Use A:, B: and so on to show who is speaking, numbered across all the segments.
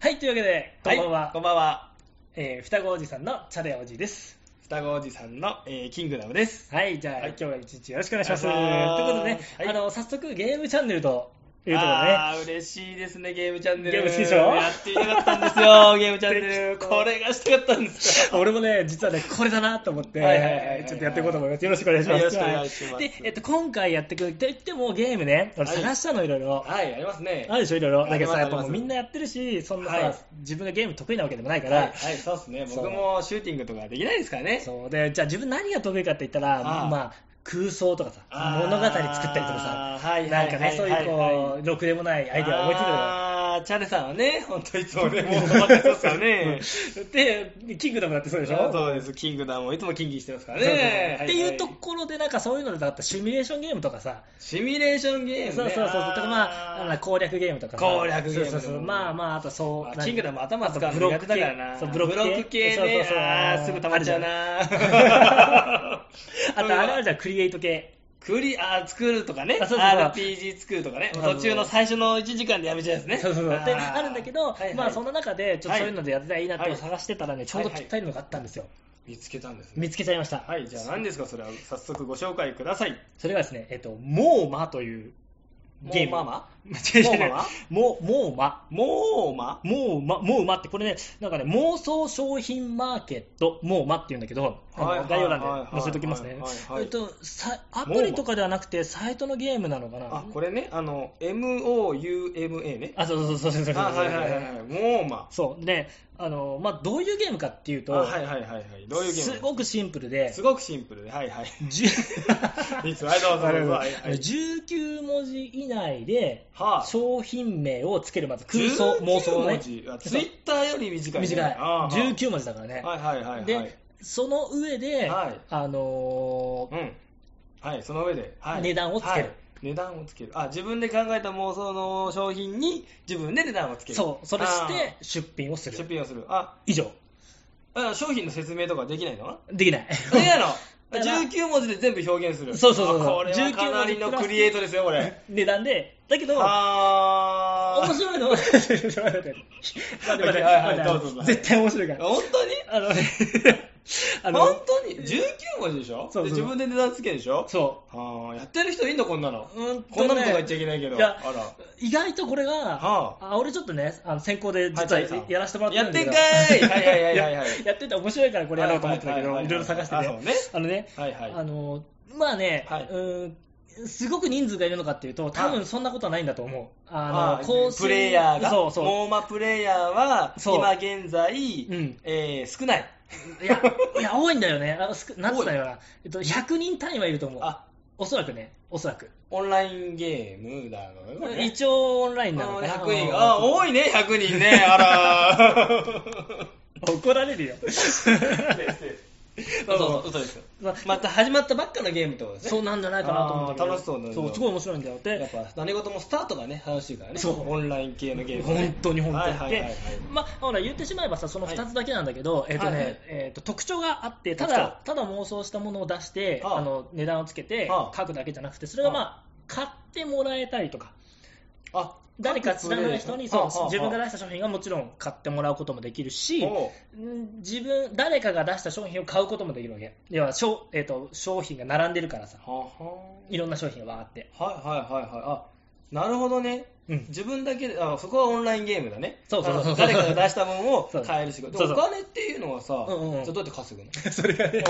A: はい、というわけで、こんばんは。
B: いこんばんは。
A: えー双子おじさんのチャレおじです。
B: 双子おじさんの、えーキングダムです。
A: はい、じゃあ、
B: はい
A: 今日は一日よろしくお願いします。と
B: お
A: い
B: 願いします
A: うことでね、
B: はい
A: あの、早速ゲームチャンネルというところでね、
B: あー嬉しいですね、ゲームチャンネ
A: ゲ
B: ル。
A: ーム好きでしょ
B: やっていなかったんですよ、 ゲームチャンネル。
A: できた
B: これがしたかったんですよ。
A: 俺もね、実はね、これだなと思って、
B: はいはいはいはい
A: ちょっとやっていこうと思います。よろしくお願いします。
B: よろしくお願いします
A: で、えっと、今回やってくると言ってもゲームね、俺
B: はい
A: 探したの、いろいろ。
B: はい、ありますね。
A: あるでしょ、いろいろ。だけどさ、
B: あり
A: やっぱ
B: ます
A: もうみんなやってるし、そんなさ、
B: はい
A: 自分がゲーム得意なわけでもないから、
B: はい、はいそうですね。
A: そう
B: 僕もシューティングとかできないですからね。
A: そうで、じゃあ自分何が得意かって言ったら、
B: ああ
A: まあ、空想とかさ、
B: あー
A: 物語作ったりとかさ、、
B: はい
A: なんかね、そういうこう、ろくでもないアイデアを思いついた
B: あーチャネさんはね、本当いつもね、もう困ってますから ね。
A: けど、で、キングダムだってそうでしょ
B: そうです、キングダムもいつも金銀してますから
A: そうそうそう
B: ね。
A: っていうと
B: はは
A: ころで、なんかそういうのだったらシミュレーションゲームとかさ、
B: シミュレーションゲームね。
A: そうそうそう、だからまあ、あの攻略ゲームとかさ、
B: 攻略ゲーム
A: そうそうそう、まあまあ、あとそう、
B: あキングダム頭使う
A: ブ
B: の
A: ロ
B: 苦
A: ッ
B: 手
A: ク
B: だ
A: 系
B: からな。
A: そうブロック系
B: ね。
A: そうそうそう
B: あーすぐ溜まっちゃうな。
A: あと、あれあるじゃん、クリエイト系。
B: クリア作るとかね、
A: あそうそうそう
B: RPG 作るとかね、
A: そうそう
B: 途中の最初の1時間でやめちゃうやつね。
A: そうそうそう。で、
B: あー
A: あるんだけど、
B: はいはい
A: まあ、その中で、ちょっとそういうのでやったらいいなって
B: はい
A: 探してたらね、ちょうどぴったりのがあったんですよ。
B: 見つけたんですね。
A: 見つけちゃいました。
B: はい、じゃあ何ですか、それは早速ご紹介ください。
A: それがですね、えっと、モーマというゲーム。
B: もうマ
A: 違う違う違う
B: モーママ
A: モモーマ
B: マもう
A: モーマ
B: マ
A: モーマってこれねなんかね妄想商品マーケットモーマっていうんだけどあ
B: はいは
A: の
B: い
A: 概要欄で載せときますね
B: はいはいはい
A: えっとさアプリとかではなくてサイトのゲームなのかな
B: あ、これね、あの、MOUMA ね。
A: あそうそうそうそうそうそう
B: あ、はいはいはいはい。もうマ
A: そうであのまあどういうゲームかっていう
B: あ
A: と
B: はいはいはいはい。どういうゲーム
A: すごくシンプルです
B: ごくシンプルで、はいはい。
A: じゅ
B: いつもはいどうぞどうぞ。はい
A: あ
B: は
A: の
B: い
A: 19文字以内で
B: はあ
A: 商品名をつけるまず空想
B: 19
A: 妄想のね
B: 文字あツイッターより短い、ね。
A: 短い
B: あー
A: 19文字だからね、
B: はいはいはいはい。
A: でその上で、
B: はい
A: あの
B: う
A: ー
B: ん。はい、その上で、はい、
A: 値段をつける
B: はい値段をつける。あ、自分で考えた妄想の商品に自分で値段をつける。
A: そうそれして
B: あ
A: 出品をす
B: ー。出
A: る
B: 品をする。あ、
A: 以上
B: あ商品の説明とかできない の
A: できない
B: できないの
A: だから
B: 19文字で全部表現する。
A: そうそうそうそう
B: あこれはかなりのクリエイトですよ、これ。
A: 値段でだけど面
B: あー。
A: 白い のはちょっと待って待って待って待って
B: はいはい
A: 待って
B: どうぞどうぞ
A: 絶対面白いから
B: 本当に
A: あのね あの
B: 本当に ?19 文字でしょ
A: そうそう
B: で自分で値段つけるでしょ
A: そ
B: はあ、やってる人いんのこんなの。
A: ううんとね
B: こんなのとか言っちゃいけないけど。
A: いや
B: あら。
A: 意外とこれが、
B: は
A: あ、俺ちょっとね、あの先行で実は
B: はい
A: やらせてもらってるんだけど、
B: やって んかいはいはいはいはい
A: ややってて面白いからこれやろうと思ってたけど、
B: はいはいはいはい
A: いろいろ探して
B: あ
A: て、
B: そうね
A: あのね、
B: はいはい
A: あのまあね、
B: はいう
A: ーん、すごく人数がいるのかっていうと、多分そんなことはないんだと思う。あの、更新
B: プレイヤーが、
A: そうそ
B: モーマプレイヤーは、
A: そう
B: 今現在、
A: うん
B: えー少ない。
A: う。いや、いや多いんだよね。あすくなんつったらいいのかな。えっと、100人単位はいると思う。
B: あ、
A: おそらくね、おそらく。
B: オンラインゲームだろうね。
A: 一応オンライ
B: あ
A: ンなの
B: の
A: かな。
B: 100人。あ、多いね、100人ね。あら。
A: 怒られるよ。
B: そうそう、嘘です。
A: まあ
B: また始まったばっかのゲームってことですね。
A: そうなんじゃないかなと思うんだけど
B: あー楽しそうだね
A: そうすごい面白いんだよ
B: や
A: で
B: っぱ何事もスタートがね、楽しいからね。
A: そう
B: オンライン系のゲーム、ね。
A: 本当に本当に、
B: はいはいはいはい
A: で、まあ、ほら言ってしまえばさその2つだけなんだけど、えっとね
B: はいはい
A: えっと特徴があってた
B: 特徴
A: だただ妄想したものを出して、
B: はあ
A: あの値段をつけて
B: はあ
A: 書くだけじゃなくてそれがまあ、
B: は
A: 買ってもらえたりとか
B: あ、
A: 誰か知らない人にそう自分が
B: 出
A: 出した商品がもちろん買ってもらうこともできるし
B: おう
A: うん自分誰かが出した商品を買うこともできるわけ要は商,、えっと商品が並んでるからさ
B: ははい
A: ろんな商品がわーって、
B: はいはいはいはい。あ、なるほどね。
A: うん、
B: 自分だけで、あ、そこはオンラインゲームだね。
A: そうそうそう
B: あの誰かが出した分を
A: そう
B: 買える仕事。
A: そう
B: で
A: そ
B: お
A: う
B: 金っていうのはさ、
A: うんうんうん
B: じゃあどうやって稼ぐの
A: それがね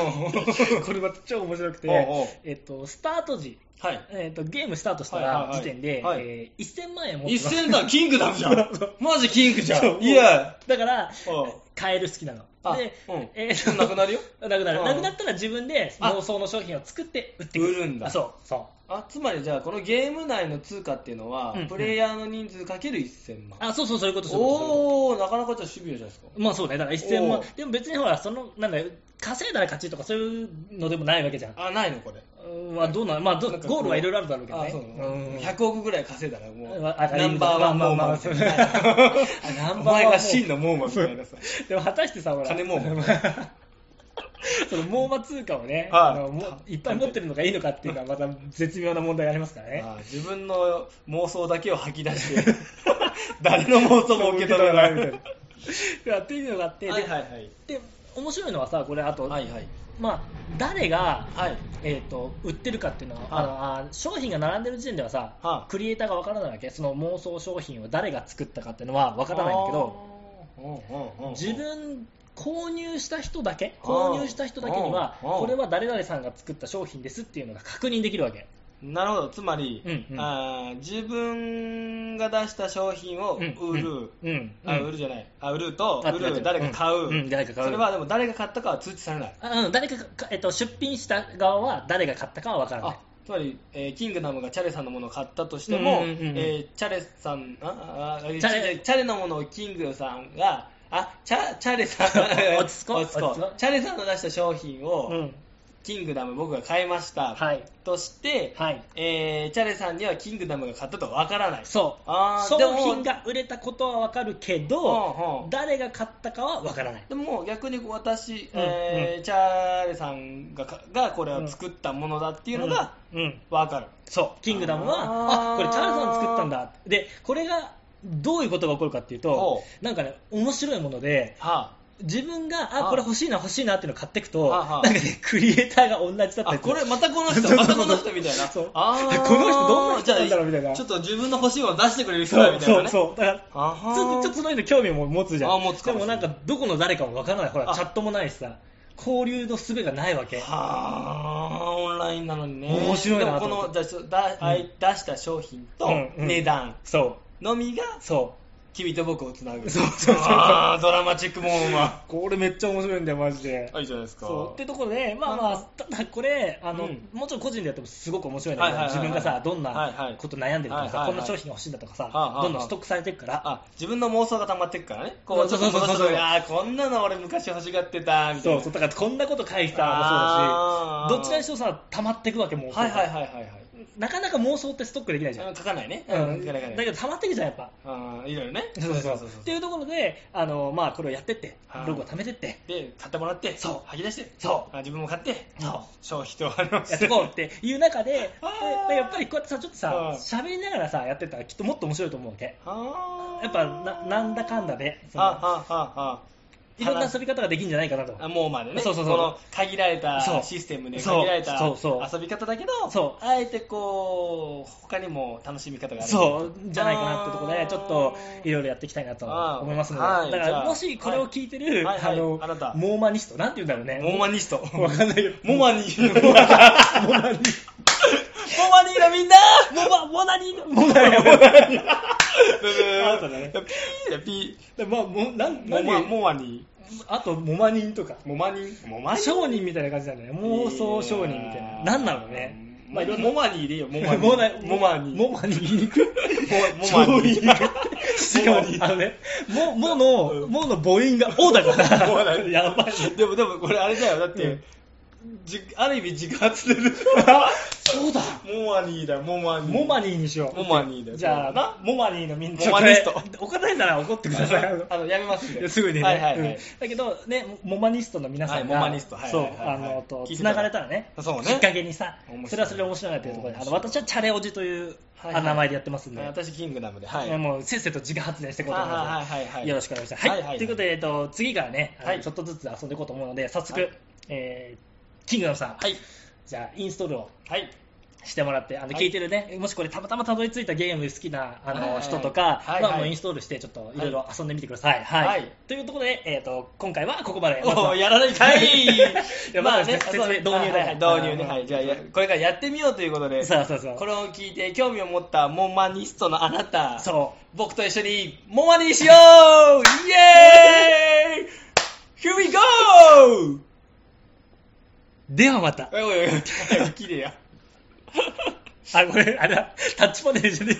B: う ん
A: これまた超面白くて、
B: おうおう
A: えっと、スタート時、
B: はい。
A: えっと、ゲームスタートした
B: はいはい
A: ら
B: はい
A: 時点で、
B: はい
A: えー1000万円持ってます
B: 1000だ、キングダ ムじゃん。マジキングじゃ。
A: そうん
B: いや。
A: だから
B: おう
A: 買える好きなの
B: あ
A: で、
B: うん
A: えっと
B: なくなるよ。
A: なくなる
B: うん
A: なくなったら自分で
B: あ
A: 妄想の商品を作って売ってく
B: 売るんだ
A: あそうそう
B: あ、つまりじゃあ、このゲーム内の通貨っていうのは、
A: うんうん
B: プレイヤーの人数かける1000万。
A: あそうそうそういうことそういうことそういうこ
B: おー、なかなかじゃあシビアじゃないですか。
A: とまあそうねだから1000万
B: おう
A: でも別にほらそのなんだよ稼いだら勝ちとかそういうのでもないわけじゃん
B: あ、ないのこれ。
A: うんまあどうなまあど
B: なんかこう
A: ゴールはいろいろあるだろうけど
B: あ
A: ね
B: そうなの
A: うん
B: 100億ぐらい稼いだらもう、
A: わあ
B: ナンバーワン
A: まあ
B: モー
A: まあま
B: マン
A: あ
B: みたいな
A: ナンバーワンモーマン
B: お前が真のモーマンみたい なさ。
A: でも果たしてさ、ほら、
B: 金も
A: その網膜通貨をね、
B: はい
A: あのもいっぱい持ってるのがいいのかっていうのは、また絶妙な問題がありますからね。
B: あー自分の妄想だけを吐き出して、誰の妄想も受け取らない
A: み たいな。やっていうのが あって、
B: はいはいはい。
A: でで面白いのはさこれあと、
B: はいはい。
A: まあ、誰が、
B: はい。
A: えー、と売ってるかっていうのは、
B: はい
A: あのあ商品が並んでる時点ではさ、
B: は
A: クリエイターがわからないわけその妄想商品を誰が作ったかっていうのはわからないんだけど
B: あー、うんうんうん
A: 自分購入した人だけ購入した人だけには
B: あーあー
A: これは誰々さんが作った商品ですっていうのが確認できるわけ、
B: なるほど、つまり、
A: うんうん
B: あー自分が出した商品を売る、
A: うんうん
B: あ
A: うん
B: 売るじゃない、あ売ると、
A: あ
B: 売る、誰か買う、
A: うんうん誰か買う
B: それはでも誰が買ったかは通知されない。
A: あうん、誰かか、えっと、出品した側は誰が買ったかは分からない
B: あつまり、えーキングダムがチャレさんのものを買ったとしても、
A: うんうんうんうん
B: えーチャレさんあああ
A: チャレ
B: チャレのものをキングさんがあチャチャレさん
A: 落ち着こう
B: 落
A: 落ち
B: ち着
A: 着こ
B: こ
A: う
B: うチャレさんの出した商品を、
A: うん、
B: キングダム僕が買いました、
A: はい
B: として、
A: はい
B: えーチャレさんにはキングダムが買ったとわからない
A: そう
B: あー
A: 商
B: でも
A: 品が売れたことは分かるけど、
B: うんうん
A: 誰が買ったかは分からない
B: でも逆にこう私、
A: うん
B: えーチャレさんがかがこれを作ったものだっていうのが
A: うんうん
B: わかる、
A: そうキングダムはあ
B: あー
A: これチャールズさん作ったんだでこれがどういうことが起こるかっていうと
B: ほ
A: なんかね面白いもので
B: は
A: 自分
B: は
A: があ
B: あ
A: これ欲しいな欲しいなっていうのを買っていくと
B: はあ
A: なん
B: はあ
A: かねクリエイターが同じだったり
B: あ
A: する
B: これまたこの
A: そう
B: 人またこの人みたいな
A: そう
B: あー
A: この人どんな人なんだろうみたいな
B: じゃあちょっと自分の欲しいもの出してくれる人
A: そ
B: だ
A: う
B: みたい
A: そ
B: な
A: う
B: ね
A: そうだから
B: あはー
A: ちょっとちょっとその人に興味も持つじゃん
B: あ持つか
A: でも
B: もしれ
A: な
B: ない
A: んかどこの誰かもわからないほら
B: あ
A: チャットもないしさ交流の術がないわけ
B: はあオンラインなのにね
A: 面白いなと
B: でも
A: 思
B: こ
A: っ
B: のじゃあちょだ、あい出した商品と
A: うんうん
B: 値段
A: そ
B: のみが
A: うそ
B: 君と僕をつなぐ
A: そうそうそう
B: あードラマチックもんは
A: うこれめっちゃ面白いんだよマジで
B: いいじゃないです
A: そうってところで、まあまあ、ただこれあの、
B: うん
A: もちろん個人でやってもすごく面白いんだけど、
B: はいはいはいはい
A: 自分がさ、どん
B: はいは
A: ないこと悩んでるとかさ、
B: はいはいはい
A: こんな商品が欲しいんだとかさ、
B: ああああ
A: どんどんストックされてるから、
B: あ自分の妄想が溜まってくからねこうち
A: そ
B: ょ
A: う
B: っ
A: そう
B: と
A: そうそう
B: 戻すとああこんなの俺昔欲しがってたみたい
A: そう
B: な
A: そう、だからこんなこと書いてたの
B: あ
A: も
B: あ
A: そうだし、どちらにしろさ、溜まっていくわけ、もう、
B: はいはいはいはいはい
A: なかなか妄想ってストックできないじゃん。
B: あ書かないね。
A: うん、
B: 書か
A: だ
B: ない書かない。
A: けど溜まっていくじゃん、やっぱ。
B: あーいろいろね。
A: そうそうそう。っていうところで、あのまあ、これをやってって
B: は、い
A: ログを貯めてって、
B: で、買ってもらって、
A: そう
B: 吐き出して、
A: そう
B: あ自分も買って、
A: そう
B: 消費と終わります。
A: やってこうっていう中で、で
B: あー
A: やっぱりこうやってさ、ちょっとさ
B: あ、
A: 喋りながらさ、やってったらきっともっと面白いと思うわけ。
B: あー
A: やっぱななんだかんだで、そ
B: あ、
A: の
B: あ、あ、あ。
A: いろんな遊び方ができるんじゃないかなと。
B: あもうまでね、
A: そうそうそう
B: この限られた
A: そう
B: システムで
A: そう
B: 限られた
A: そうそう
B: 遊び方だけど、
A: そう
B: あえてこう、他にも楽しみ方がある。
A: そうじゃないかなってところで、ちょっとい
B: ろ
A: ろいろやっていきたいなと
B: あー
A: 思いますの
B: は
A: で、
B: い
A: だか
B: じゃ
A: ら
B: あ
A: もしこれを聞いてる、
B: はいはいはい
A: あの
B: あなた
A: モーマニスト、なんて言うんだろうね、
B: モーマニスト。
A: わかん ないよ、
B: モマニモマニー
A: モーマニ
B: のみんな
A: モーマモーナニモーナニモーナニ
B: ブブー
A: あなただね
B: ピーだピ
A: でまあもうなん
B: ー。モ
A: 何
B: マ、モマニー。
A: あと、モマニンとか、
B: モマニーモマニー
A: 商人みたいな感じだね、妄想商人みたいな、なんなのね。ま
B: ま
A: あ
B: あ、
A: いろんな
B: モマニーでい いよ、モマニー。
A: モーナ
B: モマニー。
A: モーマニ言い にくい
B: モマニー。
A: しかも
B: モマニ、ー
A: あのね、も、もの、もの母音がおだから、
B: モマニー
A: やばい。
B: でも、でも、これあれだよ。だって、
A: うん
B: じある意味自発で る。
A: そうだ。
B: モマニーだ、モマニー。
A: モマニーにしよう。
B: モマニーだよ
A: じゃあ、
B: そうだ
A: モマニーのみんな。
B: モマニスト
A: ちょっとこ れお答えなら怒ってください。あの
B: あの、やめ ます
A: い
B: ね
A: やすぐにね、
B: はいはいはい。
A: うんだけど、ね、モマニストの皆さんが、
B: はいモマニストはい
A: そう、
B: はいはい
A: あの、と、
B: 聞いてた
A: つながれたらね、
B: そうね
A: きっかけにさ
B: 面白、い
A: それはそれで面白いなというところで、あの、
B: 面白い
A: 私はチャレおじという、
B: はい
A: あ名前でやってますんで、
B: 私、キングダムで。はい。
A: もうせっせと自家発電していこうと思います。
B: はいはいはいはい。
A: よろしくお願いします。はい、
B: はいはいはい
A: ということで、えっと、次からね、あの
B: はい
A: ちょっとずつ遊んでいこうと思うので、早速、
B: はい
A: えーキングダムさん、
B: はい。
A: じゃあ、インストールを
B: はい。
A: してもらって、あの
B: はい
A: 聞いてるね、もしこれ、たまたまたどり着いたゲーム好きなあの、
B: はいはい
A: 人とか、
B: はいはい
A: まあ、もうインストールして、ちょっといろいろ遊んでみてください。はい
B: はい
A: というところで、えっと、今回はここまで。まず
B: お
A: は
B: おやらないかい
A: やまだ ですね説明導入だ
B: はいはい導入ね
A: あー
B: はいじゃあやこれからやってみようということで
A: そうそうそう。
B: これを聞いて興味を持ったモンマニストのあなた
A: そ
B: 僕と一緒にモンマニしようイエーイ Here we go!
A: う。ではまた。
B: おいおいおい、綺麗や。
A: あ、これ、あれだ、タッチパネルじゃねえ